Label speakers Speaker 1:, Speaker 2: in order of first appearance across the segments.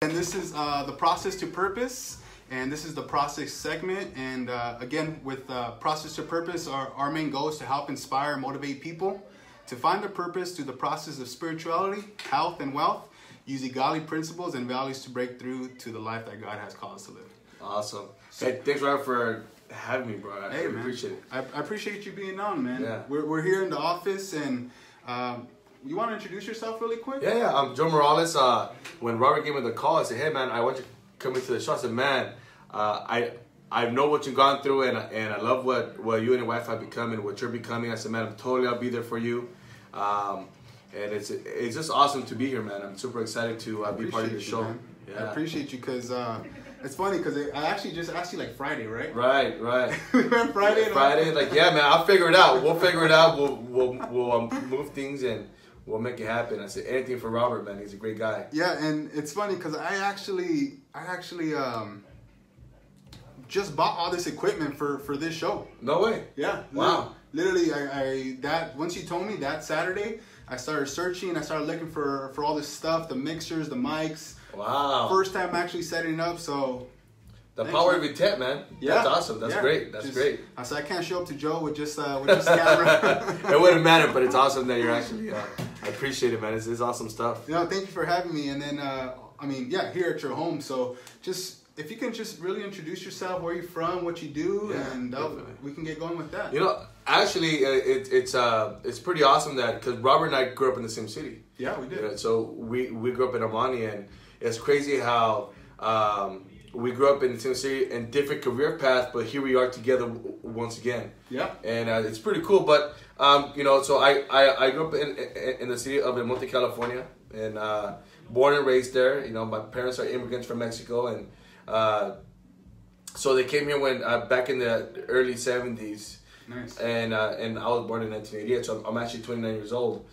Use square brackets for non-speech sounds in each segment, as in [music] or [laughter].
Speaker 1: this is uh, the process to purpose, and this is the process segment. And uh, again, with uh, process to purpose, our, our main goal is to help inspire and motivate people to find their purpose through the process of spirituality, health, and wealth, using godly principles and values to break through to the life that God has called us to live.
Speaker 2: Awesome. Hey, thanks, Rob, for having me, bro. I
Speaker 1: Hey,
Speaker 2: really
Speaker 1: man.
Speaker 2: appreciate it.
Speaker 1: I, I appreciate you being on, man.
Speaker 2: Yeah.
Speaker 1: We're, we're here in the office, and um, you want to introduce yourself really quick?
Speaker 2: Yeah, yeah. I'm Joe Morales. Uh, when Robert gave me the call, I said, "Hey, man, I want you to come into the show." I said, "Man, uh, I I know what you've gone through, and and I love what what you and your wife have become, and what you're becoming." I said, "Man, I'm totally, I'll be there for you." Um, and it's it's just awesome to be here, man. I'm super excited to uh, be part of
Speaker 1: Appreciate
Speaker 2: your
Speaker 1: you,
Speaker 2: show.
Speaker 1: man. I
Speaker 2: Yeah.
Speaker 1: appreciate you because uh, it's funny because I actually just asked you like Friday, right?
Speaker 2: right, right.
Speaker 1: we went Friday. and I'm
Speaker 2: Friday, like yeah, man, I'll figure it out. We'll figure it out. We'll we'll, we'll um, move things and we'll make it happen. I said anything for Robert, man. He's a great guy.
Speaker 1: Yeah, and it's funny because I actually, I actually um, just bought all this equipment for for this show.
Speaker 2: No way.
Speaker 1: Yeah.
Speaker 2: Wow.
Speaker 1: Literally, I, I that once you told me that Saturday, I started searching. I started looking for for all this stuff, the mixers, the mics.
Speaker 2: Wow.
Speaker 1: First time actually setting up, so
Speaker 2: The
Speaker 1: Thanks,
Speaker 2: power
Speaker 1: man.
Speaker 2: of intent, man.
Speaker 1: yeah,
Speaker 2: That's awesome. That's
Speaker 1: Yeah.
Speaker 2: great. That's
Speaker 1: Just-
Speaker 2: great. [laughs]
Speaker 1: I said I can't show up to Joe with just uh, with just camera. [laughs]
Speaker 2: it wouldn't matter, but it's awesome that you're actually. Uh, I appreciate it, man. It's, it's awesome stuff.
Speaker 1: you know, thank you for having me. And then, uh, I mean, yeah, here at your home. So just if you can just really introduce yourself, where you're from, what you do,
Speaker 2: Yeah,
Speaker 1: and uh,
Speaker 2: definitely.
Speaker 1: we can get going with that.
Speaker 2: You know, actually, uh, it, it's uh, it's pretty awesome that because Robert and I grew up in the same city.
Speaker 1: yeah, we did.
Speaker 2: Yeah, so we we grew up in Amani, and it's crazy how um, we grew up in the same city and different career paths, but here we are together w- once again.
Speaker 1: Yeah.
Speaker 2: and uh, it's pretty cool. But um, you know, so I, I, I grew up in, in in the city of El Monte, California, and uh, born and raised there. You know, my parents are immigrants from Mexico, and uh, so they came here when uh, back in the early '70s
Speaker 1: Nice.
Speaker 2: and uh, and I was born in 1988, so I'm, I'm actually 29 years old.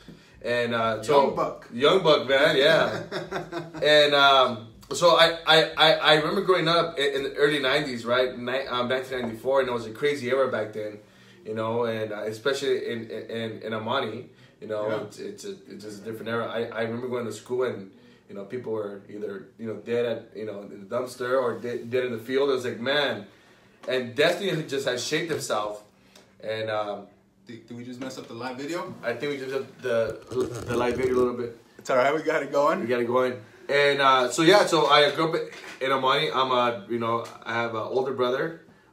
Speaker 2: And uh, so
Speaker 1: Young buck.
Speaker 2: young buck, man, yeah. and um, so I, I, I, I remember growing up in, in the early 90s, right, Ni- um, 1994, and it was a crazy era back then, you know, and uh, especially in in, in Amani, you know,
Speaker 1: Yeah.
Speaker 2: it's it's, a, it's just a different era. I, I remember going to school and. You know, people were either you know dead at you know in the dumpster or dead, dead in the field. It was like man, and destiny just has shaped himself and um,
Speaker 1: [laughs] Did, did we just mess up the live video?
Speaker 2: I think we just have the the live video a little bit.
Speaker 1: It's all right. We got it
Speaker 2: We
Speaker 1: going.
Speaker 2: got it going. And uh, so yeah, so I grew up in Amani. I'm a you know I have an older brother.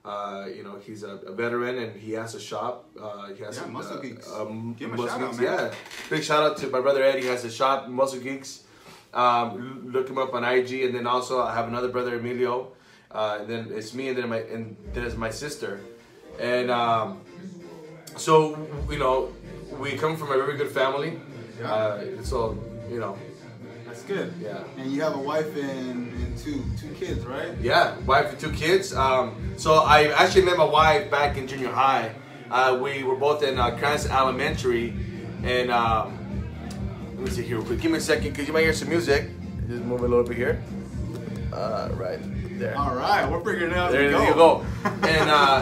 Speaker 2: Uh, you know he's a, a veteran and he has a shop. Uh, he has
Speaker 1: Yeah,
Speaker 2: some,
Speaker 1: Muscle
Speaker 2: uh,
Speaker 1: Geeks.
Speaker 2: Um,
Speaker 1: Give him a
Speaker 2: Muscle
Speaker 1: shout out,
Speaker 2: Geeks,
Speaker 1: man.
Speaker 2: Yeah, big shout out to my brother Eddie. He has a shop, Muscle Geeks. Um, l- look him up on IG, and then also I have another brother Emilio. Uh, and then it's me, and then my and then it's my sister, and. Um, So you know, we come from a very good family. Uh, so you know,
Speaker 1: That's good.
Speaker 2: Yeah.
Speaker 1: And you have a wife and, and two two kids, right?
Speaker 2: yeah, wife and two kids. Um, so I actually met my wife back in junior high. Uh, we were both in uh, Krantz Elementary, and um, let me see here real quick. Give me a second, cause you might hear some music. Just move it a little bit here. Uh, right there.
Speaker 1: All right, we're figuring it out. as
Speaker 2: There
Speaker 1: we
Speaker 2: you go. And [laughs] uh,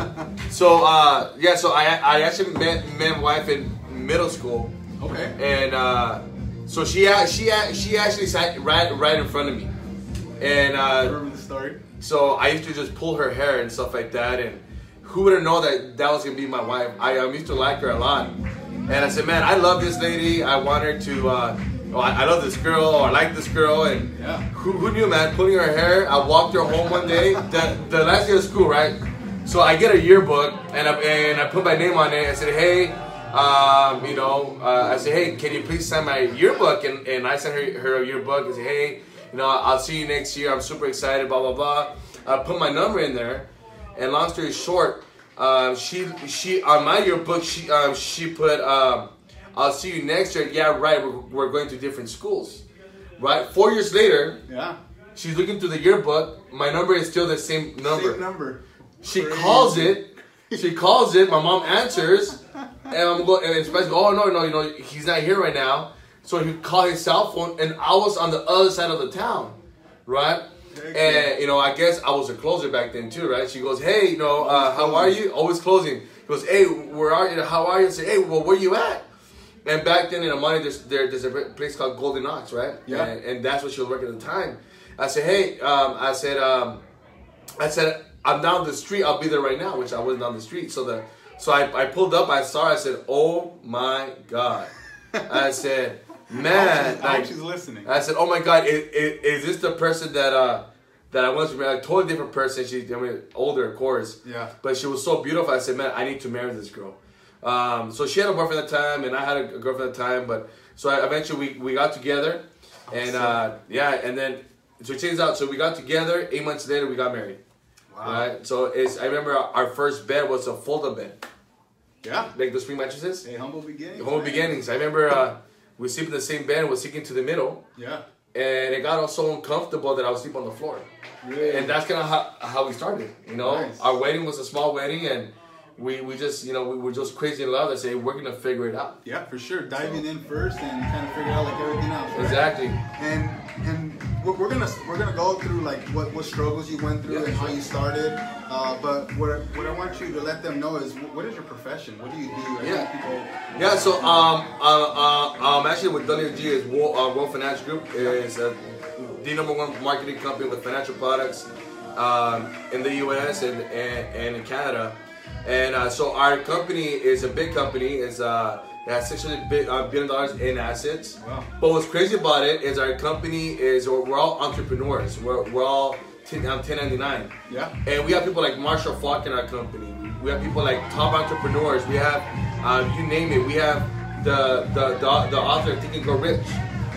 Speaker 2: so uh, yeah, so I I actually met met my wife in middle school.
Speaker 1: [laughs] Okay.
Speaker 2: and uh, so she a- she a- she actually sat right right in front of me, and
Speaker 1: I
Speaker 2: uh,
Speaker 1: remember the story.
Speaker 2: so I used to just pull her hair and stuff like that, and who would have known that that was gonna be my wife? I um, used to like her a lot, and I said, man, I love this lady. I want her to. Uh, oh, I I love this girl, or I like this girl, and
Speaker 1: Yeah.
Speaker 2: who, who knew, man? Pulling her hair. I walked her home one day, the, the last day of school, right? So I get a yearbook, and I, and I put my name on it. I said, hey, um, you know, uh, I said, hey, can you please sign my yearbook? And, and I sent her, her a yearbook. I said, hey, you know, I'll see you next year. I'm super excited, blah, blah, blah. I put my number in there, and long story short, um, she she on my yearbook she um, she put um, I'll see you next year. Yeah, right. We're, we're going to different schools, right? Four years later,
Speaker 1: Yeah.
Speaker 2: She's looking through the yearbook. My number is still the same number.
Speaker 1: Same number.
Speaker 2: She
Speaker 1: Crazy.
Speaker 2: calls it. She calls it. My mom answers, and I'm going. And it's basically, oh no, no, you know, he's not here right now. So he called his cell phone, and I was on the other side of the town, right?
Speaker 1: Very
Speaker 2: And you know, I guess I was a closer back then too, right? She goes, hey, you know, uh, how are you? Always closing. He goes, hey, where are you? How are you? I say, hey, well, where you at? And back then in Amani, there's there, there's a place called Golden Ox, right?
Speaker 1: Yeah.
Speaker 2: And, and that's what she was working at the time. I said, hey, um, I said, um, I said, I'm down the street. I'll be there right now, which I wasn't down the street. So the so I, I pulled up. I saw. her, I said, oh my god. I said,
Speaker 1: I
Speaker 2: man,
Speaker 1: hope
Speaker 2: like,
Speaker 1: she's listening.
Speaker 2: I said, "Oh my God, is, is, is this the person that uh that I once married? Like, totally different person. She, I mean, older, of course.
Speaker 1: Yeah.
Speaker 2: But she was so beautiful. I said, man, I need to marry this girl. Um, so she had a boyfriend at the time, and I had a girlfriend at the time. But so I, eventually we, we got together, and uh, yeah, and then so it turns out so we got together. Eight months later, we got married.
Speaker 1: Wow.
Speaker 2: Right. So it's I remember our, our first bed was a fold-up bed,
Speaker 1: Yeah.
Speaker 2: like the spring mattresses.
Speaker 1: Hey, humble beginnings.
Speaker 2: Home
Speaker 1: man.
Speaker 2: beginnings. I remember uh, we sleep in the same bed. We're sleeping to the middle
Speaker 1: Yeah.
Speaker 2: and it got all so uncomfortable that I would sleep on the floor.
Speaker 1: Really?
Speaker 2: And that's kind of how, how we started. You know,
Speaker 1: Nice.
Speaker 2: our wedding was a small wedding, and we, we just you know we were just crazy in love. I say we're gonna figure it out.
Speaker 1: Yeah, for sure. Diving in first and kind of figure out like everything else. right?
Speaker 2: Exactly.
Speaker 1: and and we're, we're gonna we're gonna go through like what, what struggles you went through
Speaker 2: Yeah,
Speaker 1: and how
Speaker 2: sure.
Speaker 1: you started. Uh, but what I- what I want you to let them know is wh- what is your profession? What do you do? I think
Speaker 2: Yeah.
Speaker 1: People,
Speaker 2: Yeah. So um uh, uh, um actually with WG is World, uh, World Financial Group is uh, the number one marketing company with financial products um, in the U.S. and and, and in Canada. And uh, so our company is a big company. It's uh, it has six hundred bi- uh, billion dollars in assets.
Speaker 1: Wow.
Speaker 2: But what's crazy about it is our company is we're, we're all entrepreneurs. We're, we're all 10, um, 1099.
Speaker 1: Yeah.
Speaker 2: And we have people like Marshall Falk in our company. We have people like top entrepreneurs. We have uh, you name it. We have the the the, the author of Think and Grow Rich,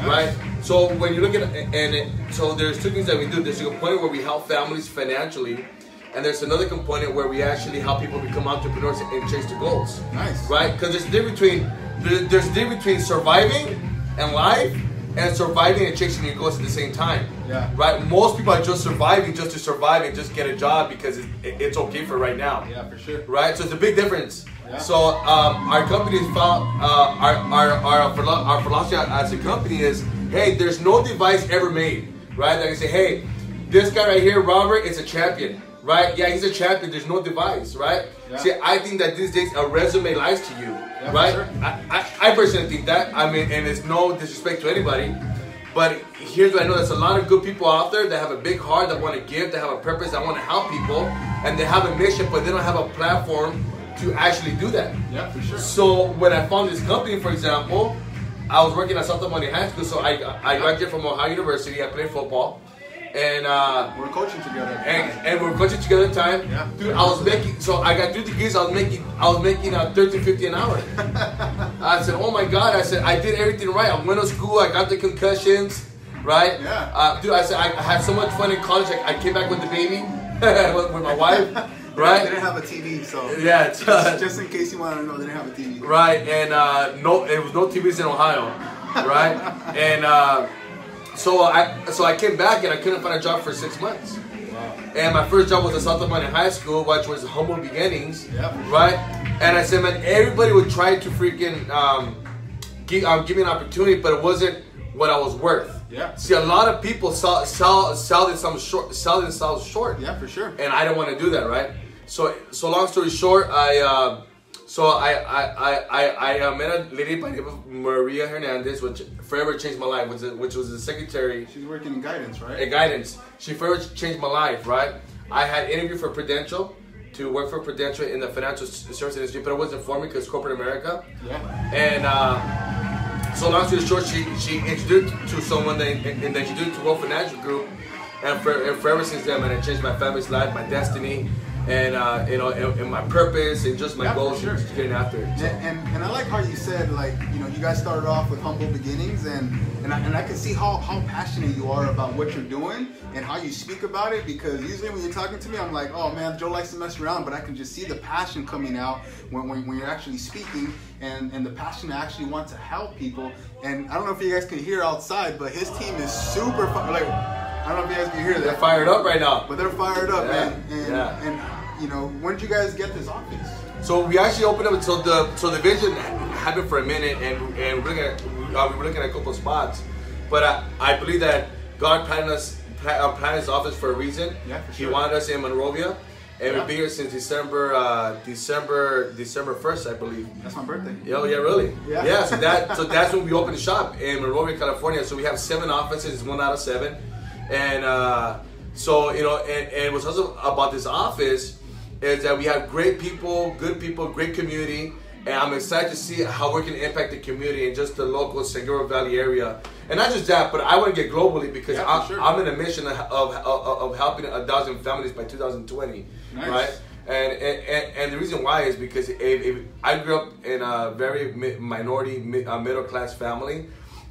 Speaker 2: right? So when you look at and it, so there's two things that we do. There's a component where we help families financially, and there's another component where we actually help people become entrepreneurs and chase their goals
Speaker 1: Nice.
Speaker 2: right? Because there's a difference between there- there's a difference between surviving and life and surviving and chasing your goals at the same time.
Speaker 1: Yeah.
Speaker 2: Right. Most people are just surviving just to survive and just get a job because it, it's okay for right now.
Speaker 1: Yeah, for sure.
Speaker 2: Right. So it's a big difference.
Speaker 1: Yeah.
Speaker 2: So um, our company is found. Uh, our our our, philo- our philosophy as a company is hey, there's no device ever made. Right. Like I say, hey, this guy right here, Robert, is a champion. Right. Yeah, he's a champion. There's no device. Right.
Speaker 1: Yeah.
Speaker 2: See, I think that these days a resume lies to you,
Speaker 1: for
Speaker 2: right?
Speaker 1: sure.
Speaker 2: I, I, I personally think that. I mean, and it's no disrespect to anybody, but here's what I know: there's a lot of good people out there that have a big heart, that want to give, that have a purpose, that want to help people, and they have a mission, but they don't have a platform to actually do that.
Speaker 1: Yeah, for sure.
Speaker 2: So when I found this company, for example, I was working at South Money High School, so I I graduated from Ohio University. I played football, and. Uh,
Speaker 1: We're coaching together.
Speaker 2: and, and we we're coaching together at the time.
Speaker 1: Yeah.
Speaker 2: Dude, I was making so I got three degrees. I was making I was making uh, thirteen fifty an
Speaker 1: [laughs]
Speaker 2: hour. I said, oh my god! I said I did everything right. I went to school. I got the concussions, right?
Speaker 1: Yeah.
Speaker 2: Uh, dude, I said I, I had so much fun in college. I, I came back with the baby, [laughs] with, with my wife,
Speaker 1: They didn't
Speaker 2: right?
Speaker 1: have a TV, so
Speaker 2: Yeah. it's, uh,
Speaker 1: just, just in case you want to know, they didn't have a TV.
Speaker 2: Right, and uh, no, it was no TVs in Ohio, right? and uh, so I so I came back and I couldn't find a job for six months. And my first job was at South Money High School, which was humble beginnings,
Speaker 1: Yeah.
Speaker 2: right? And I said, man, everybody would try to freaking um, give, um, give me an opportunity, but it wasn't what I was worth.
Speaker 1: Yeah.
Speaker 2: See, a lot of people sell sell sell themselves short, sell themselves short
Speaker 1: Yeah, for sure.
Speaker 2: and I don't want to do that, right? So, so long story short, I uh, so I I I I, I uh, met a lady by the name of Maria Hernandez, which forever changed my life, which which was the secretary
Speaker 1: She's working in guidance, right?
Speaker 2: at guidance. She forever changed my life, right? I had interviewed for Prudential to work for Prudential in the financial s- service industry, but it wasn't for me because corporate America.
Speaker 1: Yeah.
Speaker 2: And uh, so long story short, she, she introduced to someone that, and that introduced to World Financial Group, and, for, and forever since then, man, it changed my family's life, my destiny, and uh, you know, and, and my purpose, and just my
Speaker 1: Yeah, for
Speaker 2: goals,
Speaker 1: sure.
Speaker 2: and just getting after it.
Speaker 1: And, and, and I like how you said like you know you guys started off with humble beginnings and and I, and I can see how, how passionate you are about what you're doing and how you speak about it because usually when you're talking to me I'm like oh man Joe likes to mess around but I can just see the passion coming out when, when, when you're actually speaking and, and the passion to actually want to help people and I don't know if you guys can hear outside but his team is super fun like I don't know if you guys can hear
Speaker 2: They're
Speaker 1: that
Speaker 2: fired up right now.
Speaker 1: but they're fired up
Speaker 2: Yeah,
Speaker 1: man and,
Speaker 2: yeah.
Speaker 1: and you know when did you guys get this office
Speaker 2: So we actually opened up. So the so the vision happened for a minute, and and we're looking at uh, we were looking at a couple of spots, but I, I believe that God planned us pla- uh, planned His office for a reason.
Speaker 1: Yeah, for
Speaker 2: He
Speaker 1: sure.
Speaker 2: wanted us in Monrovia, and
Speaker 1: Yeah.
Speaker 2: we've been here since December uh, December December first, I believe.
Speaker 1: that's my birthday
Speaker 2: Yo, yeah, really?
Speaker 1: Yeah.
Speaker 2: Yeah. So that so that's when we opened the shop in Monrovia, California. So we have seven offices, one out of seven, And uh, so, you know, and, and what's also about this office is that we have great people, good people, great community. And I'm excited to see how we can impact the community and just the local Segura Valley area. And not just that, but I want to get globally because
Speaker 1: Yeah, for
Speaker 2: I'm,
Speaker 1: sure.
Speaker 2: I'm in a mission of, of, of, of helping a thousand families by 2020,
Speaker 1: Nice.
Speaker 2: right? And, and, and- and the reason why is because if, if I grew up in a very mi- minority mi- uh, middle class family,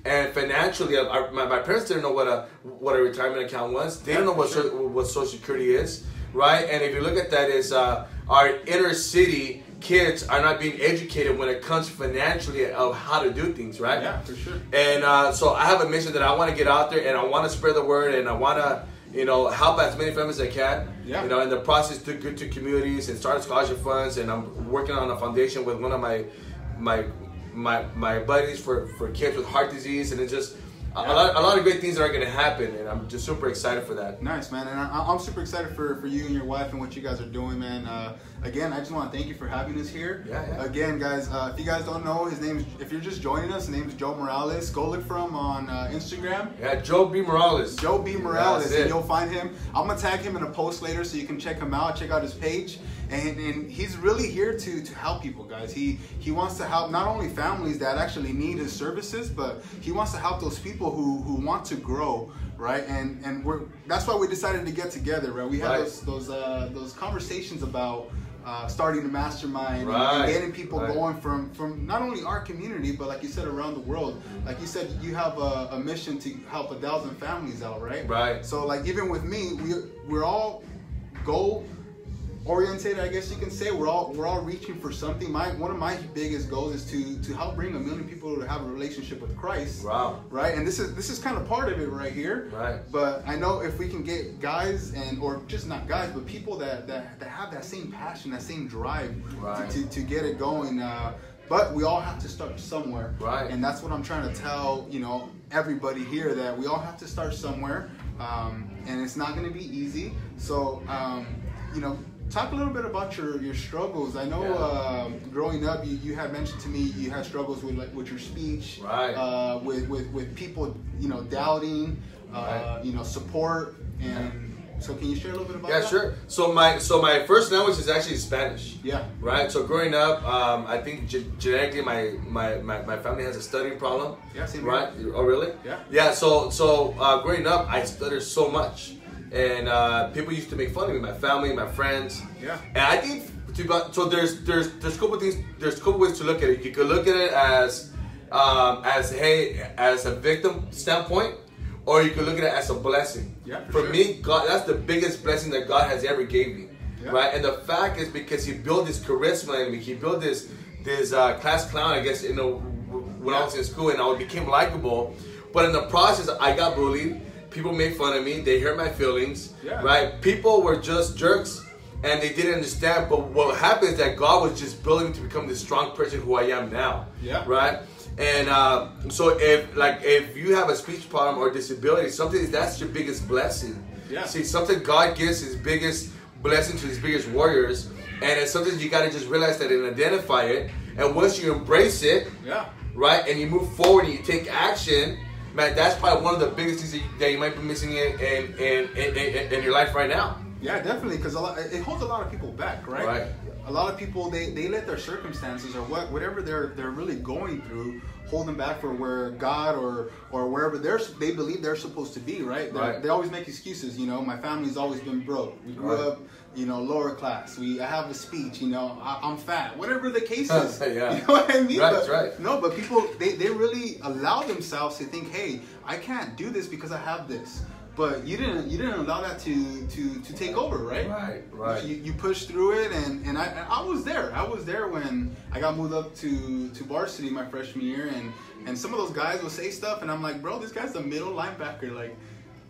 Speaker 2: and financially, I, I- my, my parents didn't know what a what a retirement account was. They didn't know what
Speaker 1: sure.
Speaker 2: so- what Social Security is, right? And if you look at that, is uh, our inner city kids are not being educated when it comes financially of how to do things, right?
Speaker 1: Yeah, for sure.
Speaker 2: And uh, so I have a mission that I want to get out there and I want to spread the word and I want to, you know, help as many families as I can.
Speaker 1: Yeah.
Speaker 2: You know, in the process, do good to communities and start scholarship funds. And I'm working on a foundation with one of my, my, my, my buddies for, for kids with heart disease. And it's just a- a,
Speaker 1: Yeah.
Speaker 2: lot, a lot of great things that are going to happen. And I'm just super excited for that.
Speaker 1: Nice, man. And I, I'm super excited for, for you and your wife and what you guys are doing, man. Uh, again, I just want to thank you for having us here.
Speaker 2: Yeah, yeah.
Speaker 1: Again, guys, uh, if you guys don't know, his name's, if you're just joining us, his name's Joe Morales. Go look for him on uh, Instagram.
Speaker 2: Yeah, Joe B. Morales.
Speaker 1: Joe B. Morales,
Speaker 2: That's
Speaker 1: and
Speaker 2: it.
Speaker 1: you'll find him. I'm gonna tag him in a post later so you can check him out, check out his page. And, and he's really here to, to help people, guys. He he wants to help not only families that actually need his services, but he wants to help those people who, who want to grow, right? And and we're that's why we decided to get together, right? We had
Speaker 2: Right.
Speaker 1: those those uh, those conversations about uh, starting a mastermind and-
Speaker 2: Right.
Speaker 1: and getting people
Speaker 2: Right.
Speaker 1: going going from from not only our community but like you said around the world like you said you have a, a mission to help a thousand families out right
Speaker 2: Right.
Speaker 1: so like even with me we we're all goal oriented i guess you can say we're all we're all reaching for something my one of my biggest goals is to to help bring a million people to have a relationship with christ
Speaker 2: Wow.
Speaker 1: right and this is this is kind of part of it right here
Speaker 2: Right.
Speaker 1: but i know if we can get guys and or just not guys but people that that, that have that same passion that same drive to-
Speaker 2: Right.
Speaker 1: to, to get it going. Uh, but we all have to start somewhere.
Speaker 2: Right.
Speaker 1: And that's what I'm trying to tell, you know, everybody here that we all have to start somewhere. Um, and it's not going to be easy. So, um, you know, talk a little bit about your, your struggles. I know
Speaker 2: Yeah.
Speaker 1: um, growing up, you, you had mentioned to me you had struggles with like, with your speech,
Speaker 2: Right.
Speaker 1: uh, with, with, with people, you know, doubting, uh,
Speaker 2: Right.
Speaker 1: you know, support. And so can you share a little bit about
Speaker 2: Yeah,
Speaker 1: that?
Speaker 2: sure. So my so my first language is actually Spanish.
Speaker 1: Yeah.
Speaker 2: Right. So growing up, um, I think ge- genetically my, my, my, my family has a stuttering problem.
Speaker 1: Yeah, same here.
Speaker 2: Right. Oh, really?
Speaker 1: Yeah.
Speaker 2: Yeah. So so uh, growing up, I stuttered so much, and uh, people used to make fun of me. My family, my friends.
Speaker 1: Yeah.
Speaker 2: And I think to, be- so. There's there's there's a couple things. There's a couple ways to look at it. You could look at it as um, as hey as a victim standpoint, or you could look at it as a blessing.
Speaker 1: Yeah, for
Speaker 2: For
Speaker 1: sure.
Speaker 2: me, God, that's the biggest blessing that God has ever gave me,
Speaker 1: Yeah.
Speaker 2: right? And the fact is because He built this charisma in me. He built this this uh, class clown, I guess, you know, w- when I was in school, and I became likable. But in the process, I got bullied. People made fun of me. They hurt my feelings,
Speaker 1: Yeah.
Speaker 2: right? People were just jerks, and they didn't understand. But what happened is that God was just building me to become this strong person who I am now,
Speaker 1: Yeah.
Speaker 2: right? right? And uh, so if like if you have a speech problem or disability, something that's your biggest blessing.
Speaker 1: Yeah.
Speaker 2: See, something God gives His biggest blessing to His biggest warriors, and it's something you gotta just realize that and identify it. And once you embrace it,
Speaker 1: Yeah.
Speaker 2: right, and you move forward and you take action, man, that's probably one of the biggest things that you, that you might be missing in in, in, in, in in your life right now.
Speaker 1: Yeah, definitely, because it holds a lot of people back, right?
Speaker 2: Right.
Speaker 1: A lot of people they, they let their circumstances or what whatever they're they're really going through hold them back for where God or or wherever they're they believe they're supposed to be, right? They're-
Speaker 2: Right.
Speaker 1: They always make excuses. You know, my family's always been broke. We grew
Speaker 2: Right.
Speaker 1: up, you know, lower class. We I have a speech. You know, I, I'm fat. Whatever the case is.
Speaker 2: [laughs]
Speaker 1: [laughs]
Speaker 2: Yeah.
Speaker 1: You know what I mean?
Speaker 2: Right,
Speaker 1: But-
Speaker 2: right.
Speaker 1: No, but people they they really allow themselves to think, hey, I can't do this because I have this. But you didn't you didn't allow that to to to take over, right?
Speaker 2: Right, right.
Speaker 1: You, you push through it, and and I, and I was there. I was there when I got moved up to to varsity my freshman year, and and some of those guys will say stuff, and I'm like, bro, this guy's a middle linebacker, like.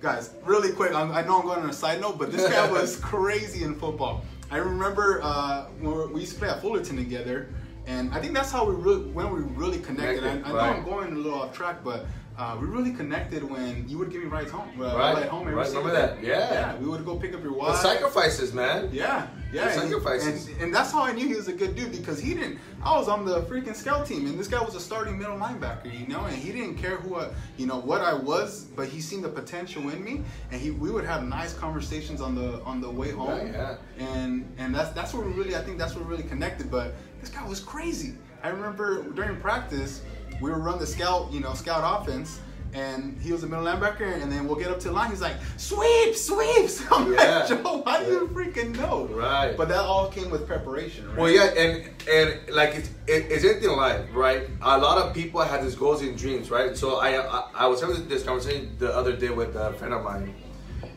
Speaker 1: Guys, really quick, I'm, I know I'm going on a side note, but this
Speaker 2: [laughs]
Speaker 1: guy was crazy in football. I remember uh, when we- we used to play at Fullerton together, and I think that's how we really, when we really connected. I, I know
Speaker 2: Right.
Speaker 1: I'm going a little off track, but uh, we really connected when you would give me rides home. Uh,
Speaker 2: Right,
Speaker 1: ride home every
Speaker 2: right,
Speaker 1: single
Speaker 2: remember
Speaker 1: day.
Speaker 2: that, yeah.
Speaker 1: We would go pick up your
Speaker 2: The
Speaker 1: wallet.
Speaker 2: sacrifices, man.
Speaker 1: Yeah, yeah.
Speaker 2: The
Speaker 1: and-
Speaker 2: sacrifices.
Speaker 1: And, and that's how I knew he was a good dude because he didn't. I was on the freaking scout team, and this guy was a starting middle linebacker, you know, and he didn't care who I, you know, what I was, but he seen the potential in me, and he we would have nice conversations on the on the way home.
Speaker 2: Yeah,
Speaker 1: And and that's that's what really I think that's what really connected. But this guy was crazy. I remember during practice we were running the scout, you know, scout offense. And he was a middle linebacker, and then we'll get up to the line. He's like, sweep, [laughs] sweeps. I'm
Speaker 2: Yeah.
Speaker 1: like, Joe, how do you freaking know?
Speaker 2: Right.
Speaker 1: But that all came with preparation, right?
Speaker 2: Well, yeah, and and like it's it, it's anything in life, right? A lot of people have these goals and dreams, right? So I I, I was having this conversation the other day with a friend of mine,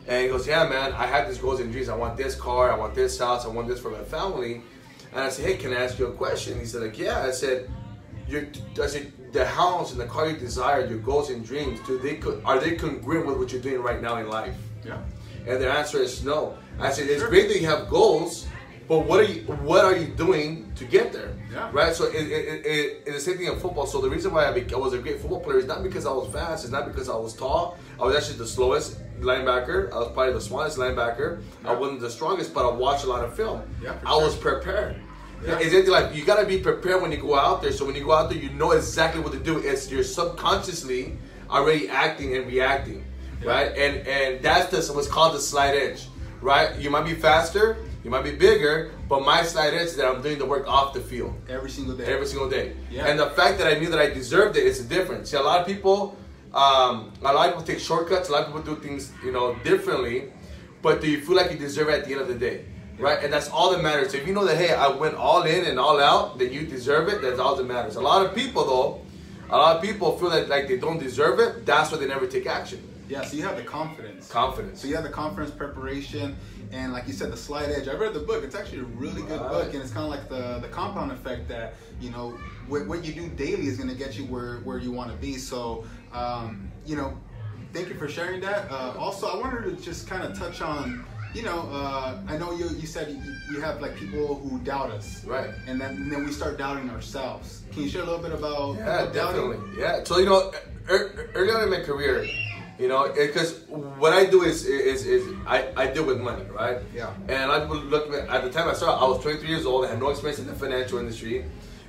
Speaker 2: and he goes, "Yeah, man, I have these goals and dreams. I want this car, I want this house, I want this for my family." And I said, "Hey, can I ask you a question?" He said, "Like, yeah." I said, "Your I said the house and the car you desire, your goals and dreams, do they co- are they congruent with what you're doing right now in life?"
Speaker 1: Yeah.
Speaker 2: And their answer is no. I said it's
Speaker 1: Sure.
Speaker 2: great that you have goals, but what are you what are you doing to get there?
Speaker 1: Yeah.
Speaker 2: Right. So it, it, it, it's the same thing in football. So the reason why I, be, I was a great football player is not because I was fast. It's not because I was tall. I was actually the slowest linebacker. I was probably the smallest linebacker. I
Speaker 1: Yeah.
Speaker 2: wasn't the strongest, but I watched a lot of film.
Speaker 1: Yeah, for
Speaker 2: I was prepared.
Speaker 1: Yeah.
Speaker 2: It's anything like you gotta be prepared when you go out there. So when you go out there, you know exactly what to do. It's you're subconsciously already acting and reacting, right? And and that's the what's called the slight edge, right? You might be faster, you might be bigger, but my slight edge is that I'm doing the work off the field
Speaker 1: Every single day.
Speaker 2: every single day.
Speaker 1: Yeah.
Speaker 2: And the fact that I knew that I deserved it is a difference. See, a lot of people, um, a lot of people take shortcuts. A lot of people do things, you know, differently. But do you feel like you deserve it at the end of the day, right? And that's all that matters. So if you know that, hey, I went all in and all out, that you deserve it. That's all that matters. A lot of people, though, a lot of people feel that like they don't deserve it. That's why they never take action.
Speaker 1: yeah, so you have the confidence.
Speaker 2: Confidence.
Speaker 1: So you have the conference preparation, and like you said, the slight edge. I read the book. It's actually a really good
Speaker 2: Right.
Speaker 1: book, and it's kind of like the the compound effect that you know what, what you do daily is going to get you where where you want to be. So um, you know, thank you for sharing that. Uh, also, I wanted to just kind of touch on. You know, uh, I know you. You said you, you have like people who doubt us,
Speaker 2: Right.
Speaker 1: And then, and then we start doubting ourselves. Can you share a little bit about
Speaker 2: Yeah,
Speaker 1: about doubting?
Speaker 2: definitely. Yeah. So you know, er, er- early on in my career, you know, because what I do is is, is I, I deal with money, right?
Speaker 1: Yeah.
Speaker 2: And I would look at the time I started, I was 23 years old. I had no experience in the financial industry,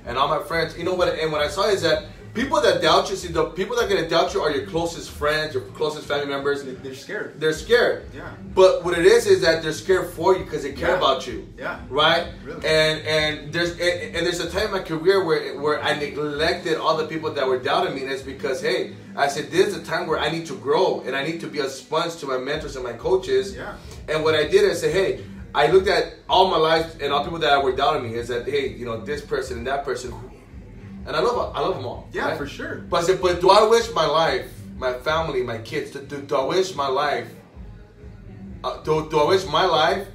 Speaker 2: and all my friends. You know what? And what I saw is that people that doubt you, see, the people that are gonna doubt you are your closest friends, your closest family members.
Speaker 1: They- They're scared.
Speaker 2: They're scared.
Speaker 1: Yeah.
Speaker 2: But what it is is that they're scared for you because they care
Speaker 1: Yeah.
Speaker 2: about you.
Speaker 1: Yeah.
Speaker 2: Right.
Speaker 1: Really.
Speaker 2: And and there's and, and there's a time in my career where where I neglected all the people that were doubting me, and it's because hey, I said this is a time where I need to grow and I need to be a sponge to my mentors and my coaches.
Speaker 1: Yeah.
Speaker 2: And what I did is say hey. I looked at all my life and all people that were doubting me is that hey, you know, this person and that person, and I love I love them all.
Speaker 1: Yeah,
Speaker 2: right?
Speaker 1: for sure.
Speaker 2: But I said, but do I wish my life, my family, my kids, do, do, do I wish my life, uh, do, do I wish my life,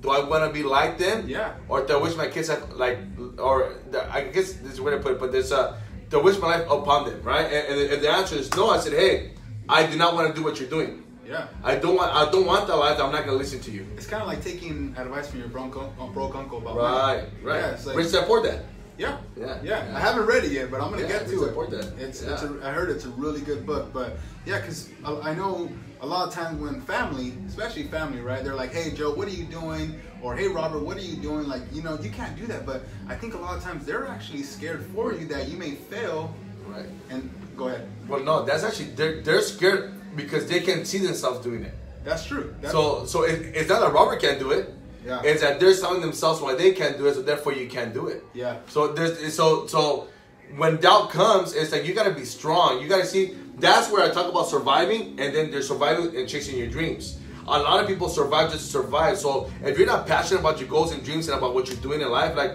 Speaker 2: do I want to be like them?
Speaker 1: Yeah.
Speaker 2: Or do I wish my kids have, like, or the, I guess this is where I put it, but there's a, do I wish my life upon them, right? And, and if the answer is no, I said, hey, I do not want to do what you're doing.
Speaker 1: Yeah.
Speaker 2: I don't want, I don't want that life, I'm not going to listen to you.
Speaker 1: It's kind of like taking advice from your uh, broke uncle, broke uncle about
Speaker 2: Right,
Speaker 1: money.
Speaker 2: right.
Speaker 1: Yeah, it's like-
Speaker 2: Rich Dad Poor Dad.
Speaker 1: yeah,
Speaker 2: Yeah.
Speaker 1: yeah, I haven't read it yet, but I'm gonna
Speaker 2: Yeah,
Speaker 1: get
Speaker 2: we
Speaker 1: to it.
Speaker 2: support that.
Speaker 1: It's,
Speaker 2: Yeah.
Speaker 1: it's a, I heard it's a really good book, but yeah, because I, I know a lot of times when family, especially family, right? They're like, "Hey, Joe, what are you doing?" or "Hey, Robert, what are you doing?" Like, you know, you can't do that. But I think a lot of times they're actually scared for you that you may fail.
Speaker 2: Right.
Speaker 1: And go ahead.
Speaker 2: Well, no, that's actually, they're, they're scared because they can see themselves doing it.
Speaker 1: That's true. That's
Speaker 2: So so it, it's not that Robert can't do it.
Speaker 1: Yeah.
Speaker 2: It's that they're selling themselves why they can't do it, so therefore you can't do it.
Speaker 1: Yeah.
Speaker 2: So there's so so when doubt comes, it's like you gotta be strong. You gotta see that's where I talk about surviving and then there's surviving and chasing your dreams. A lot of people survive just to survive. So if you're not passionate about your goals and dreams and about what you're doing in life, like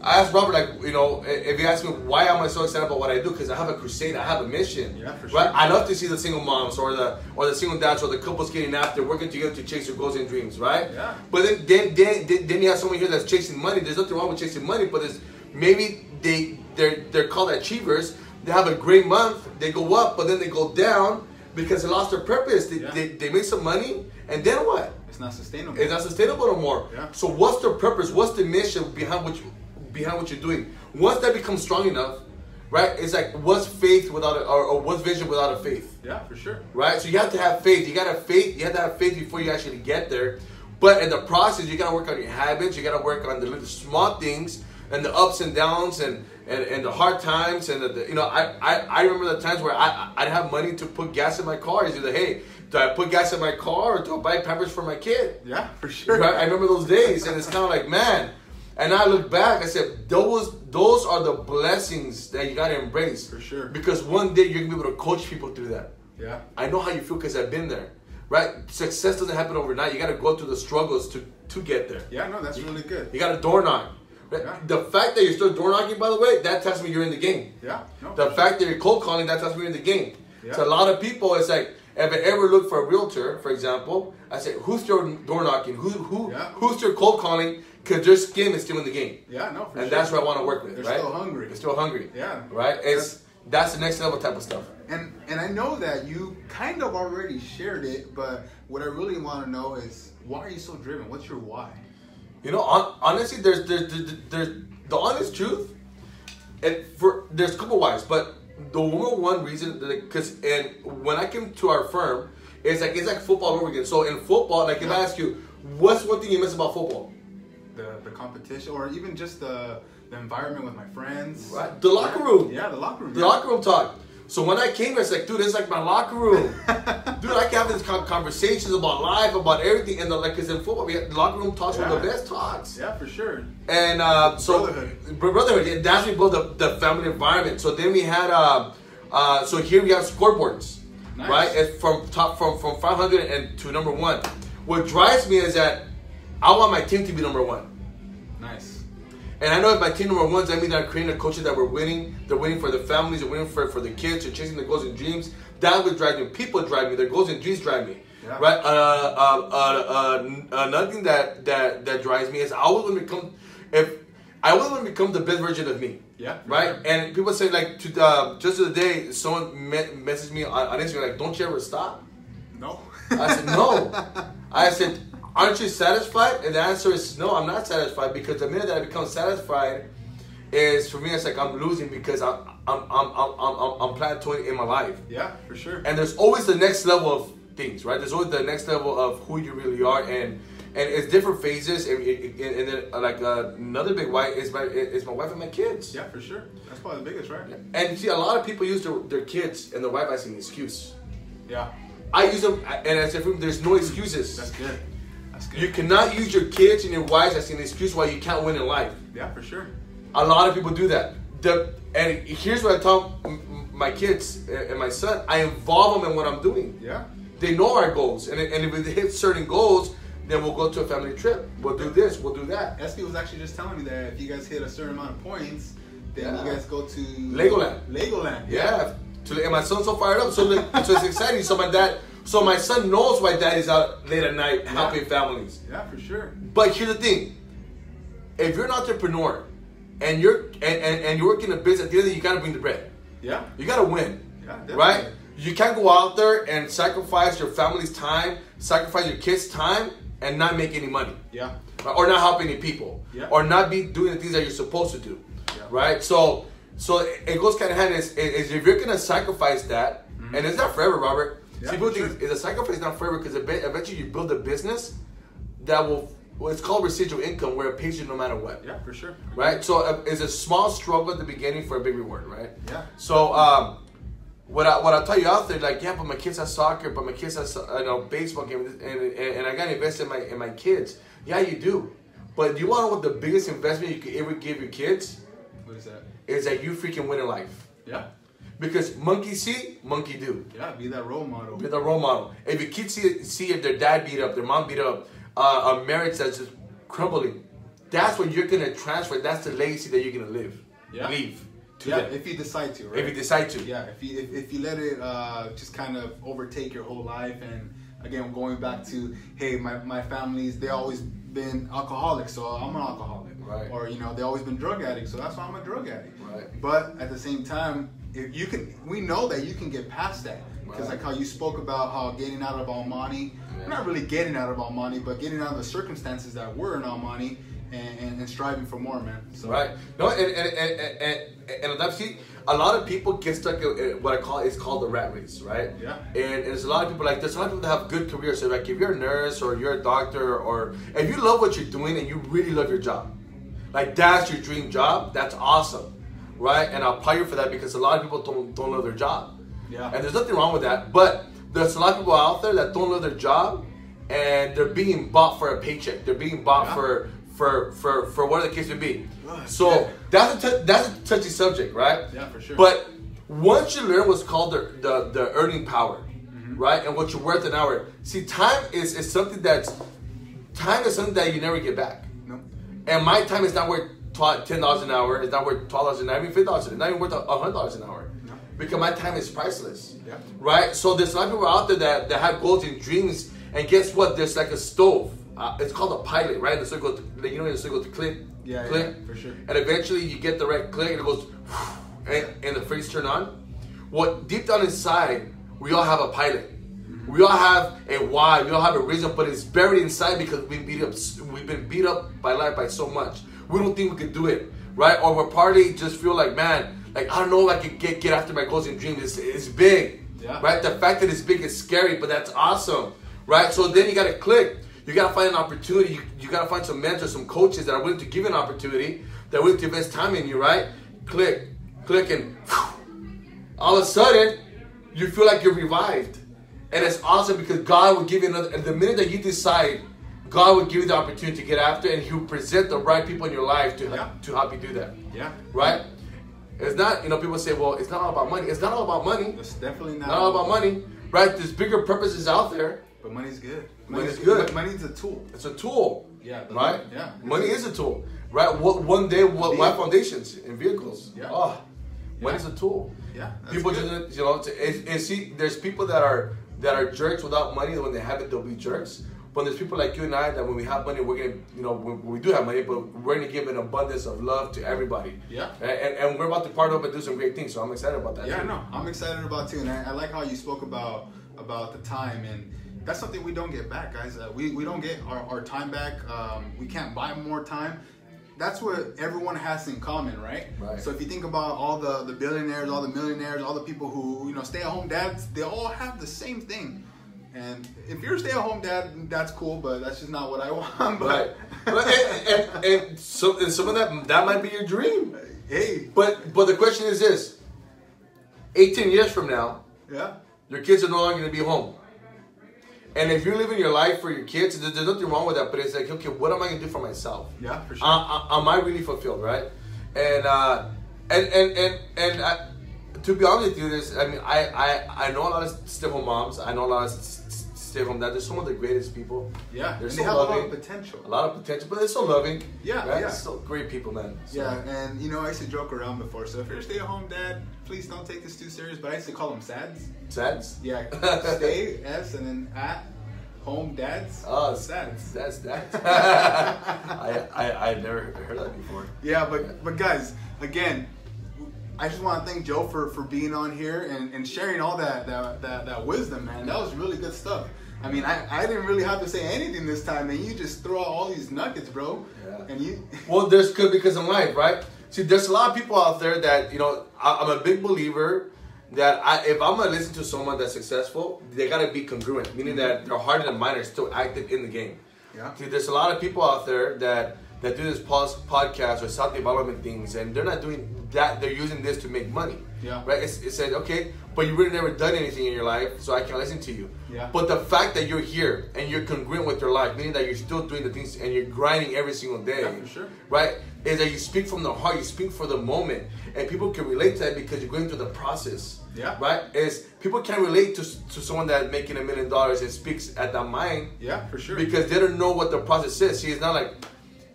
Speaker 2: I asked Robert, like you know, i- if you ask me why am I so excited about what I do, because I have a crusade, I have a mission.
Speaker 1: Yeah, for
Speaker 2: right?
Speaker 1: sure.
Speaker 2: I love to see the single moms or the or the single dads or the couples getting after working together to chase their goals and dreams, right?
Speaker 1: Yeah.
Speaker 2: But then then, then then then you have someone here that's chasing money. There's nothing wrong with chasing money, but there's maybe they they're they're called achievers. They have a great month, they go up, but then they go down because they lost their purpose. They,
Speaker 1: Yeah.
Speaker 2: they, they make some money and then what?
Speaker 1: it's not sustainable.
Speaker 2: It's not sustainable no more.
Speaker 1: Yeah.
Speaker 2: So what's the purpose? What's the mission behind what you behind what you're doing? Once that becomes strong enough, right? It's like what's faith without a, or, or what's vision without a faith,
Speaker 3: Yeah, for sure.
Speaker 2: right? So you have to have faith. You gotta have faith. You have to have faith before you actually get there. But in the process, you gotta work on your habits. You gotta work on the little small things and the ups and downs and and, and the hard times and the, the- you know I, I I remember the times where I I'd have money to put gas in my car. It's either hey, do I put gas in my car or do I buy Pampers for my kid?
Speaker 1: Yeah, for sure.
Speaker 2: Right? I remember those days, and it's kind of like, man. And I look back, I said, those those are the blessings that you gotta embrace.
Speaker 1: For sure.
Speaker 2: Because one day you're gonna be able to coach people through that.
Speaker 1: Yeah.
Speaker 2: I know how you feel because I've been there. Right? Success doesn't happen overnight. You gotta go through the struggles to to get there.
Speaker 1: Yeah, no, that's really good.
Speaker 2: You gotta door knock. Right?
Speaker 1: Yeah.
Speaker 2: The fact that you're still door knocking, by the way, that tells me you're in the game.
Speaker 1: Yeah. No.
Speaker 2: The fact that you're cold calling, that tells me you're in the game.
Speaker 1: Yeah.
Speaker 2: So a lot of people, it's like, if I ever look for a realtor, for example, I say, who's your door knocking? Who, who,
Speaker 1: Yeah.
Speaker 2: Who's your cold calling? Because their skin is still in the game.
Speaker 1: yeah, no, for
Speaker 2: and
Speaker 1: sure.
Speaker 2: that's what I want to work with,
Speaker 1: They're
Speaker 2: right?
Speaker 1: still hungry.
Speaker 2: They're still hungry.
Speaker 1: Yeah.
Speaker 2: Right? It's, that's the next level type of stuff.
Speaker 1: And and I know that you kind of already shared it, but what I really want to know is why are you so driven? What's your why?
Speaker 2: You know, hon- honestly, there's there's, there's, there's the honest truth, and for there's a couple whys, but the number one reason, because and when I came to our firm, it's like it's like football all over again. So in football, like if I ask you, what's one thing you miss about football?
Speaker 1: The the competition, or even just the the environment with my friends.
Speaker 2: Right, the locker room.
Speaker 1: Yeah, the locker room.
Speaker 2: The
Speaker 1: yeah.
Speaker 2: locker room talk. So when I came here, it's like, dude, it's like my
Speaker 1: [laughs]
Speaker 2: locker room. dude, I can have these con- conversations about life, about everything, and the, like, cause in football, we have, locker room talks were the
Speaker 1: Yeah.
Speaker 2: best talks.
Speaker 1: Yeah, for sure.
Speaker 2: And uh, so
Speaker 1: Brotherhood.
Speaker 2: Br- brotherhood, yeah, that's we built the, the family environment. So then we had uh, uh, so here we have scoreboards,
Speaker 1: Nice.
Speaker 2: right? It's from top from from 500 and to number one. What drives me is that I want my team to be number one.
Speaker 1: Nice.
Speaker 2: And I know if my team number ones, I mean that I'm creating a culture that we're winning. They're winning for the families, they're winning for, for the kids, they're chasing their goals and dreams. That would drive me. People drive me. Their goals and dreams drive me.
Speaker 1: Yeah.
Speaker 2: Right? Uh, uh, uh, uh, n- another thing that, that, that drives me is I always want to become, if I always want to become the best version of me.
Speaker 1: Yeah.
Speaker 2: Right? And people say like, to, uh, just the other day, someone me- messaged me on, on Instagram like, don't you ever stop? [laughs]
Speaker 1: No.
Speaker 2: I said, no. I said, aren't you satisfied? And the answer is no, I'm not satisfied because the minute that I become satisfied is for me, it's like I'm losing because I'm, I'm, I'm, I'm, I'm, I'm- I'm plateauing in my life.
Speaker 1: yeah, for sure.
Speaker 2: And there's always the next level of things, right? There's always the next level of who you really are and and it's different phases. And, and, and then uh, like uh, another big why is my is my wife and my kids.
Speaker 1: yeah, for sure. That's probably the biggest, right?
Speaker 2: And see, a lot of people use their, their kids and their wife as an excuse.
Speaker 1: Yeah.
Speaker 2: I use them, and I said, there's no excuses.
Speaker 1: That's good. That's good.
Speaker 2: You cannot use your kids and your wives as an excuse why you can't win in life.
Speaker 1: yeah, for sure.
Speaker 2: A lot of people do that. The, and here's what I tell m- m- my kids a- and my son: I involve them in what I'm doing.
Speaker 1: Yeah.
Speaker 2: They know our goals, and, and if they hit certain goals, then we'll go to a family trip. We'll do this. We'll do that.
Speaker 1: Espy was actually just telling me that if you guys hit a certain amount of points, then you
Speaker 2: Yeah.
Speaker 1: guys go to
Speaker 2: Legoland.
Speaker 1: Legoland.
Speaker 2: Yeah. To, and my son's so fired up. So, like, so it's [laughs] exciting. So my dad. So my son knows why dad is out late at night helping families.
Speaker 1: Yeah, for sure.
Speaker 2: But here's the thing: if you're an entrepreneur and you're and, and, and you're working a business, at the end of the day, you gotta bring the bread.
Speaker 1: Yeah.
Speaker 2: You gotta win,
Speaker 1: Yeah, definitely.
Speaker 2: right? You can't go out there and sacrifice your family's time, sacrifice your kids' time, and not make any money,
Speaker 1: Yeah.
Speaker 2: or not help any people,
Speaker 1: Yeah.
Speaker 2: or not be doing the things that you're supposed to do,
Speaker 1: Yeah.
Speaker 2: right? So, so it goes kind of hand is, is if you're gonna sacrifice that, and it's not forever, Robert.
Speaker 1: Mm-hmm. Yeah,
Speaker 2: See, people
Speaker 1: sure.
Speaker 2: think is a sacrifice not forever because eventually you build a business that will. Well, it's called residual income, where it pays you no matter what
Speaker 1: Yeah, for sure.
Speaker 2: right? So uh, it's a small struggle at the beginning for a big reward, right?
Speaker 1: Yeah.
Speaker 2: So um, what I what I tell you out there, like, yeah, but my kids have soccer, but my kids have so- you know baseball game, and, and and I got to invest in my in my kids. Yeah, you do, but you want to know what the biggest investment you could ever give your kids
Speaker 1: What is that?
Speaker 2: is that you freaking win in life,
Speaker 1: Yeah.
Speaker 2: because monkey see, monkey do.
Speaker 1: Yeah, be that role model.
Speaker 2: Be the role model. If your kids see, see if their dad beat up, their mom beat up, uh, a marriage that's just crumbling, that's what you're gonna transfer. That's the legacy that you're gonna live.
Speaker 1: Yeah.
Speaker 2: Leave to
Speaker 1: Yeah,
Speaker 2: them. If,
Speaker 1: if you decide to, right?
Speaker 2: you decide to.
Speaker 1: yeah, if you if, if you let it uh, just kind of overtake your whole life, and again going back to hey, my my family's they always been alcoholics, so I'm an alcoholic,
Speaker 2: Right.
Speaker 1: Or you know they always been drug addicts, so that's why I'm a drug addict.
Speaker 2: Right.
Speaker 1: But at the same time, if you can, we know that you can get past that because
Speaker 2: Right.
Speaker 1: like how you spoke about how getting out of Almani,
Speaker 2: Yeah.
Speaker 1: not really getting out of Almani, but getting out of the circumstances that were in Almani, and, and, and striving for more, man. So
Speaker 2: Right. No, and and and and, and, and that's it. a lot of people get stuck in, in what I call it's called the rat race, right?
Speaker 1: Yeah.
Speaker 2: And, and there's a lot of people like there's a lot of people that have good careers. So like if you're a nurse or you're a doctor or if you love what you're doing and you really love your job, like that's your dream job. That's awesome, right? And I applaud you for that because a lot of people don't don't love their job.
Speaker 1: Yeah.
Speaker 2: And there's nothing wrong with that, but there's a lot of people out there that don't love their job and they're being bought for a paycheck. They're being bought
Speaker 1: Yeah.
Speaker 2: for for for for whatever the case may be.
Speaker 1: Right.
Speaker 2: So that's a t- that's a touchy subject, right?
Speaker 1: Yeah, for sure.
Speaker 2: But once you learn what's called the the, the earning power,
Speaker 1: Mm-hmm.
Speaker 2: right, and what you're worth an hour. See, time is is something that's time is something that you never get back.
Speaker 1: No.
Speaker 2: And my time is not worth tw- ten dollars an hour. It's not worth twelve dollars an hour. Even fifteen dollars. It's not even worth a a hundred dollars an hour.
Speaker 1: No.
Speaker 2: Because my time is priceless.
Speaker 1: Yeah.
Speaker 2: Right. So there's a lot of people out there that, that have goals and dreams. And guess what? There's like a stove. Uh, it's called a pilot, right? The circle, like, you know, the circle to click.
Speaker 1: Yeah, yeah,
Speaker 2: click.
Speaker 1: for sure.
Speaker 2: And eventually, you get the right click, and it goes, [sighs] and, and the freeze turn on. What deep down inside, we all have a pilot. We all have a why. We all have a reason, but it's buried inside because we beat up. We've been beat up by life by so much. We don't think we could do it, right? Or we're partly just feel like, man, like I don't know, if I can get get after my goals and dreams. It's, it's big,
Speaker 1: Yeah.
Speaker 2: right? The fact that it's big is scary, but that's awesome, right? So then you gotta click. You gotta find an opportunity. You, you gotta find some mentors, some coaches that are willing to give you an opportunity, that are willing to invest time in you, right? Click, click, and [sniffs] all of a sudden you feel like you're revived, and it's awesome because God will give you another. And the minute that you decide, God will give you the opportunity to get after, and He'll present the right people in your life to
Speaker 1: Yeah.
Speaker 2: to help you do that,
Speaker 1: Yeah.
Speaker 2: right? It's not, you know, people say, well, it's not all about money. It's not all about money
Speaker 1: That's definitely not,
Speaker 2: not all about money, right? There's bigger purposes out there.
Speaker 1: But money's good.
Speaker 2: Money's good.
Speaker 1: mon- Money's a tool.
Speaker 2: It's a tool,
Speaker 1: Yeah, but-
Speaker 2: right?
Speaker 1: yeah.
Speaker 2: money is a tool, right? What one day, what why
Speaker 1: Vehicle.
Speaker 2: foundations and vehicles?
Speaker 1: Yeah.
Speaker 2: Oh, money's
Speaker 1: Yeah.
Speaker 2: a tool.
Speaker 1: Yeah, that's
Speaker 2: people
Speaker 1: good.
Speaker 2: just you know, it's- it's- and see, there's people that are that are jerks without money. When they have it, they'll be jerks. But there's people like you and I that when we have money, we're gonna, you know, we, we do have money, but we're gonna give an abundance of love to everybody.
Speaker 1: Yeah.
Speaker 2: and, and, and we're about to partner up and do some great things. So I'm excited about that.
Speaker 1: Yeah,
Speaker 2: too.
Speaker 1: no, I'm excited about too, and I, I like how you spoke about about the time, and that's something we don't get back, guys. Uh, we we don't get our, our time back. Um, we can't buy more time. That's what everyone has in common, right?
Speaker 2: Right.
Speaker 1: So if you think about all the the billionaires, all the millionaires, all the people who you know stay at home dads, they all have the same thing. And if you're a stay at home dad, that's cool, but that's just not what I [laughs] want.
Speaker 2: Right.
Speaker 1: But
Speaker 2: But and, and, and some and some of that that might be your dream.
Speaker 1: [laughs] hey,
Speaker 2: But but the question is this: eighteen years from now,
Speaker 1: yeah,
Speaker 2: your kids are no longer going to be home. And if you're living your life for your kids, there- there's nothing wrong with that. But it's like, okay, what am I going to do for myself?
Speaker 1: yeah, for sure.
Speaker 2: Uh, uh, am I really fulfilled, right? And uh, and and and and I, to be honest with you, this I mean, I I I know a lot of stay home moms. I know a lot of s- s- stay home dads. They're some of the greatest people.
Speaker 1: yeah,
Speaker 2: they're
Speaker 1: and
Speaker 2: so
Speaker 1: they have a lot
Speaker 2: loving
Speaker 1: of potential.
Speaker 2: a lot of potential, but they're so loving.
Speaker 1: Yeah,
Speaker 2: right?
Speaker 1: yeah.
Speaker 2: Still great people, man. So-
Speaker 1: Yeah, and you know, I used to joke around before. So if you're a stay-at-home dad, please don't take this too serious. But I used to call them sads.
Speaker 2: Sads. [laughs]
Speaker 1: Yeah, stay s and then at home dads.
Speaker 2: Oh,
Speaker 1: sads.
Speaker 2: Sads. Sads.
Speaker 1: [laughs]
Speaker 2: [laughs] I I I never heard that before.
Speaker 1: Yeah, but but guys, again, I just want to thank Joe for for being on here and, and sharing all that, that that that wisdom, man. That was really good stuff. I mean, I, I didn't really have to say anything this time, and you just throw out all these nuggets, bro.
Speaker 2: Yeah.
Speaker 1: And you, [laughs]
Speaker 2: Well, there's good because in life, right? See, there's a lot of people out there that you know. I, I'm a big believer that I, if I'm gonna listen to someone that's successful, they gotta be congruent, meaning that their heart and mind are still active in the game.
Speaker 1: Mm-hmm. Yeah.
Speaker 2: See, there's a lot of people out there that that do this pos- podcast or self development things, and they're not doing that. They're using this to make money.
Speaker 1: Yeah.
Speaker 2: Right. It's, it said, okay, but you really never done anything in your life, so I can't listen to you.
Speaker 1: Yeah.
Speaker 2: But the fact that you're here and you're congruent with your life, meaning that you're still doing the things and you're grinding every single day
Speaker 1: Yeah, for sure.
Speaker 2: right? Is that you speak from the heart, you speak for the moment, and people can relate to that because you're going through the process.
Speaker 1: Yeah.
Speaker 2: Right? Is people can relate to, to someone that's making a million dollars and speaks at that mind
Speaker 1: yeah, for sure.
Speaker 2: because they don't know what the process is. See, it's not like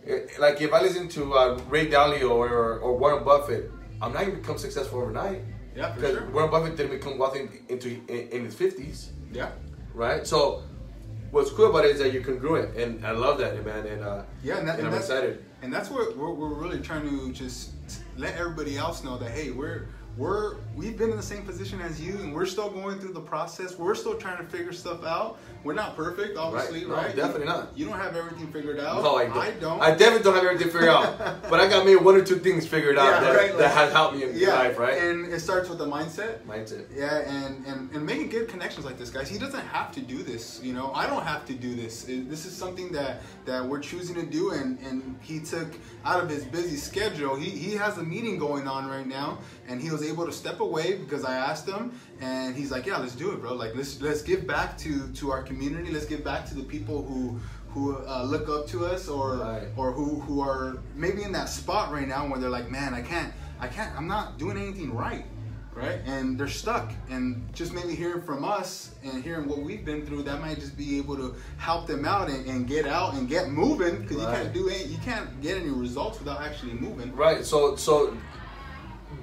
Speaker 2: eh, like if I listen to uh, Ray Dalio or, or Warren Buffett, I'm not gonna become successful overnight.
Speaker 1: Yeah, for
Speaker 2: Because
Speaker 1: sure.
Speaker 2: Warren Buffett didn't become wealthy into in, in his fifties
Speaker 1: yeah.
Speaker 2: right? So what's cool about it is that you're congruent, and I love that, man. And uh,
Speaker 1: Yeah, and, that, and
Speaker 2: I'm
Speaker 1: that's,
Speaker 2: excited.
Speaker 1: And that's what we're, we're really trying to just let everybody else know that hey, we're we're we've been in the same position as you, and we're still going through the process. We're still trying to figure stuff out. We're not perfect, obviously,
Speaker 2: No,
Speaker 1: right?
Speaker 2: definitely
Speaker 1: You-
Speaker 2: not.
Speaker 1: You don't have everything figured out.
Speaker 2: No, I don't.
Speaker 1: Oh, I don't.
Speaker 2: I definitely don't have everything
Speaker 1: [laughs]
Speaker 2: figured out. but I got maybe one or two things figured out
Speaker 1: Yeah,
Speaker 2: that,
Speaker 1: right,
Speaker 2: that
Speaker 1: like-
Speaker 2: has helped me in
Speaker 1: yeah,
Speaker 2: life, right?
Speaker 1: and it starts with the mindset.
Speaker 2: Mindset.
Speaker 1: Yeah, and, and, and making good connections like this, guys. He doesn't have to do this, you know. I don't have to do this. It- This is something that, that we're choosing to do, and, and he took out of his busy schedule. He, he has a meeting going on right now, and he was able to step away because I asked him, and he's like, "Yeah, let's do it, bro. Like, let's let's give back to to our community. Let's give back to the people who." Who uh, look up to us, or
Speaker 2: Right.
Speaker 1: or who who are maybe in that spot right now where they're like, man, I can't, I can't, I'm not doing anything right right? And they're stuck. And just maybe hearing from us and hearing what we've been through, that might just be able to help them out and, and get out and get moving. Because
Speaker 2: Right.
Speaker 1: you can't do any, you can't get any results without actually moving.
Speaker 2: Right. So so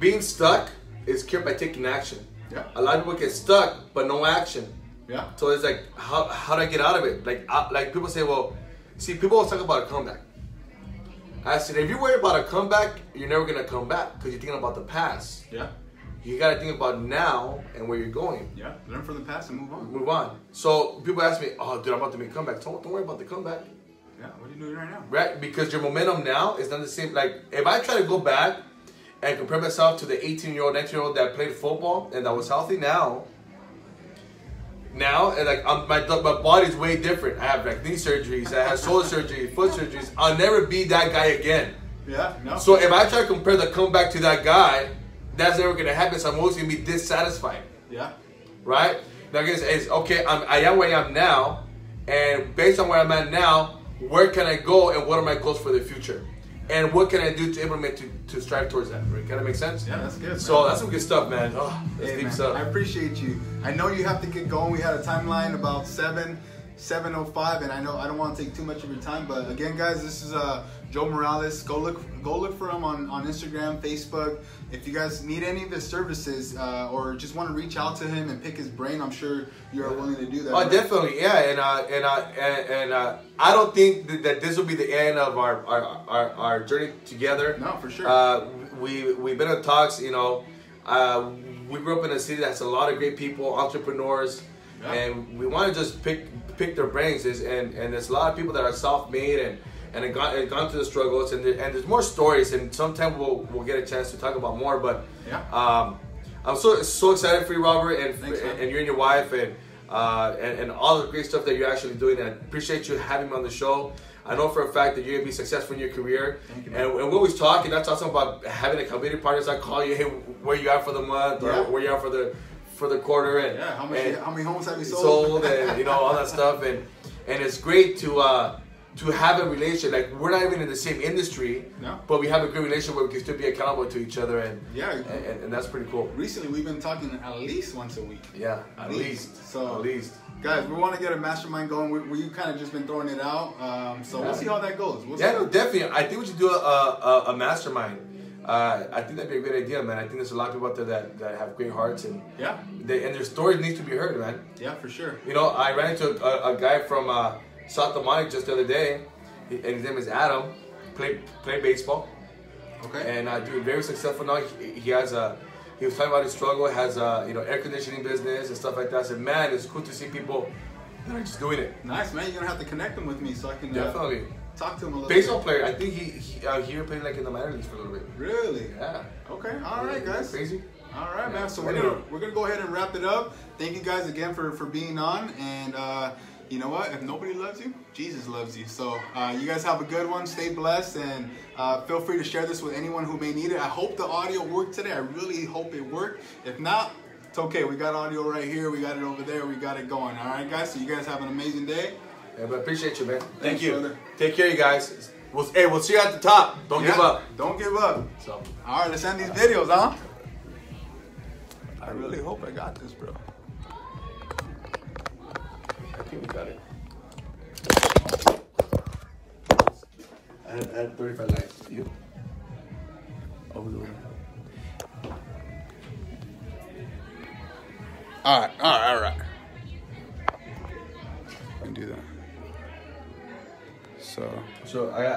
Speaker 2: being stuck is cured by taking action.
Speaker 1: Yeah.
Speaker 2: A lot of people get stuck but no action.
Speaker 1: Yeah.
Speaker 2: So it's like, how, how do I get out of it? Like, I, like people say, well, see, people always talk about a comeback. I said, if you're worried about a comeback, you're never gonna come back because you're thinking about the past.
Speaker 1: Yeah.
Speaker 2: You gotta think about now and where you're going.
Speaker 1: Yeah. Learn from the past and move on.
Speaker 2: Move on. So people ask me, oh, dude, I'm about to make a comeback. Don't, don't worry about the comeback,
Speaker 1: Yeah. What are you doing right now?
Speaker 2: right? Because your momentum now is not the same. Like, if I try to go back and compare myself to the 18 year old, 19 year old that played football and that was healthy now, now and like I'm, my my body's way different. I have like knee surgeries, I have shoulder surgery, foot surgeries. I'll never be that guy again.
Speaker 1: Yeah. No.
Speaker 2: So if I try to compare the comeback to that guy, that's never gonna happen. So I'm always gonna be dissatisfied,
Speaker 1: yeah.
Speaker 2: right? Now I guess it's okay. I'm, I am where I am now, and based on where I'm at now, where can I go and what are my goals for the future, and what can I do to implement to, to strive towards that? Right? Can that make sense?
Speaker 1: Yeah. That's good.
Speaker 2: So
Speaker 1: man.
Speaker 2: that's some good stuff, man. Oh, that's
Speaker 1: Hey,
Speaker 2: deep
Speaker 1: man,
Speaker 2: stuff.
Speaker 1: I appreciate you. I know you have to get going. We had a timeline about seven, seven oh five, and I know I don't want to take too much of your time. But again, guys, this is uh, Joe Morales. Go look, go look for him on on Instagram, Facebook. If you guys need any of his services uh, or just want to reach out to him and pick his brain, I'm sure you are willing to do that.
Speaker 2: Oh,
Speaker 1: right?
Speaker 2: definitely, yeah, and uh, and uh, and, and uh, I don't think that, that this will be the end of our our, our, our journey together.
Speaker 1: No, for sure.
Speaker 2: Uh, we we've been in talks, you know. Uh, we grew up in a city that's a lot of great people, entrepreneurs,
Speaker 1: Yeah.
Speaker 2: and we want to just pick pick their brains. Is and and there's a lot of people that are self-made and and have gone, have gone through the struggles, and there, and there's more stories, and sometime we'll we'll get a chance to talk about more, but.
Speaker 1: Yeah.
Speaker 2: Um, I'm so so excited for you, Robert, and
Speaker 1: Thanks, man.
Speaker 2: and, and you and your wife, and, uh, and and all the great stuff that you're actually doing. I appreciate you having me on the show. I know for a fact that you're gonna be successful in your career.
Speaker 1: Thank you, man.
Speaker 2: and, and we always talk, and I talk something about having a community partner. So I call you, hey, where you at for the month,
Speaker 1: Yeah.
Speaker 2: or where you at for the for the quarter, and
Speaker 1: yeah. How many
Speaker 2: and-
Speaker 1: how many homes have you sold?
Speaker 2: sold and you know all
Speaker 1: [laughs]
Speaker 2: that stuff and and it's great to uh to have a relationship like we're not even in the same industry
Speaker 1: No.
Speaker 2: but we have a good relationship where we can still be accountable to each other and
Speaker 1: Yeah.
Speaker 2: and, and, and that's pretty cool
Speaker 1: Recently, we've been talking at least once a week.
Speaker 2: yeah at
Speaker 1: Least.
Speaker 2: least
Speaker 1: So-
Speaker 2: at least
Speaker 1: Guys, we want to get a mastermind going. We, we kind of just been throwing it out, um, so
Speaker 2: Yeah.
Speaker 1: we'll see how that goes. We'll
Speaker 2: yeah
Speaker 1: see.
Speaker 2: no definitely i think we should do a a, a mastermind uh, i think that'd be a great idea man i think there's a lot of people out there that, that have great hearts and
Speaker 1: Yeah,
Speaker 2: they and their stories need to be heard man
Speaker 1: yeah, for sure.
Speaker 2: You know, I ran into a, a, a guy from uh, South Demonic just the other day, He- and his name is Adam. Played played baseball,
Speaker 1: Okay.
Speaker 2: and uh, dude, very successful now. He, he has a he was talking about his struggle, has a you know air conditioning business and stuff like that. I said, man, it's cool to see people that are just doing it.
Speaker 1: nice man, you're gonna have to connect them with me so I can uh,
Speaker 2: Definitely,
Speaker 1: talk to them a little.
Speaker 2: baseball player. I think he he, uh, he played like in the minor leagues for a little bit.
Speaker 1: bit. Really?
Speaker 2: Yeah.
Speaker 1: Okay. All right, guys.
Speaker 2: Crazy.
Speaker 1: All right,
Speaker 2: Yeah.
Speaker 1: man. So we're gonna we're gonna go ahead and wrap it up. Thank you guys again for for being on. And uh, you know what? If nobody loves you, Jesus loves you. So uh, you guys have a good one. Stay blessed, and uh, feel free to share this with anyone who may need it. I hope the audio worked today. I really hope it worked. If not, it's okay. We got audio right here. We got it over there. We got it going. All right, guys. So you guys have an amazing day.
Speaker 2: Yeah, but appreciate you, man. Thank
Speaker 1: Thanks,
Speaker 2: you.
Speaker 1: brother.
Speaker 2: Take care, you guys. We'll, hey, we'll see you at the top. Don't give
Speaker 1: Yeah,
Speaker 2: up.
Speaker 1: Don't give up.
Speaker 2: So.
Speaker 1: All right, let's end these videos, huh? I really hope I got this, bro.
Speaker 2: I think we got it. I had, I had 35 likes. You? Over the way.
Speaker 1: All right, all right, all right. I can do that. So.
Speaker 2: So I got.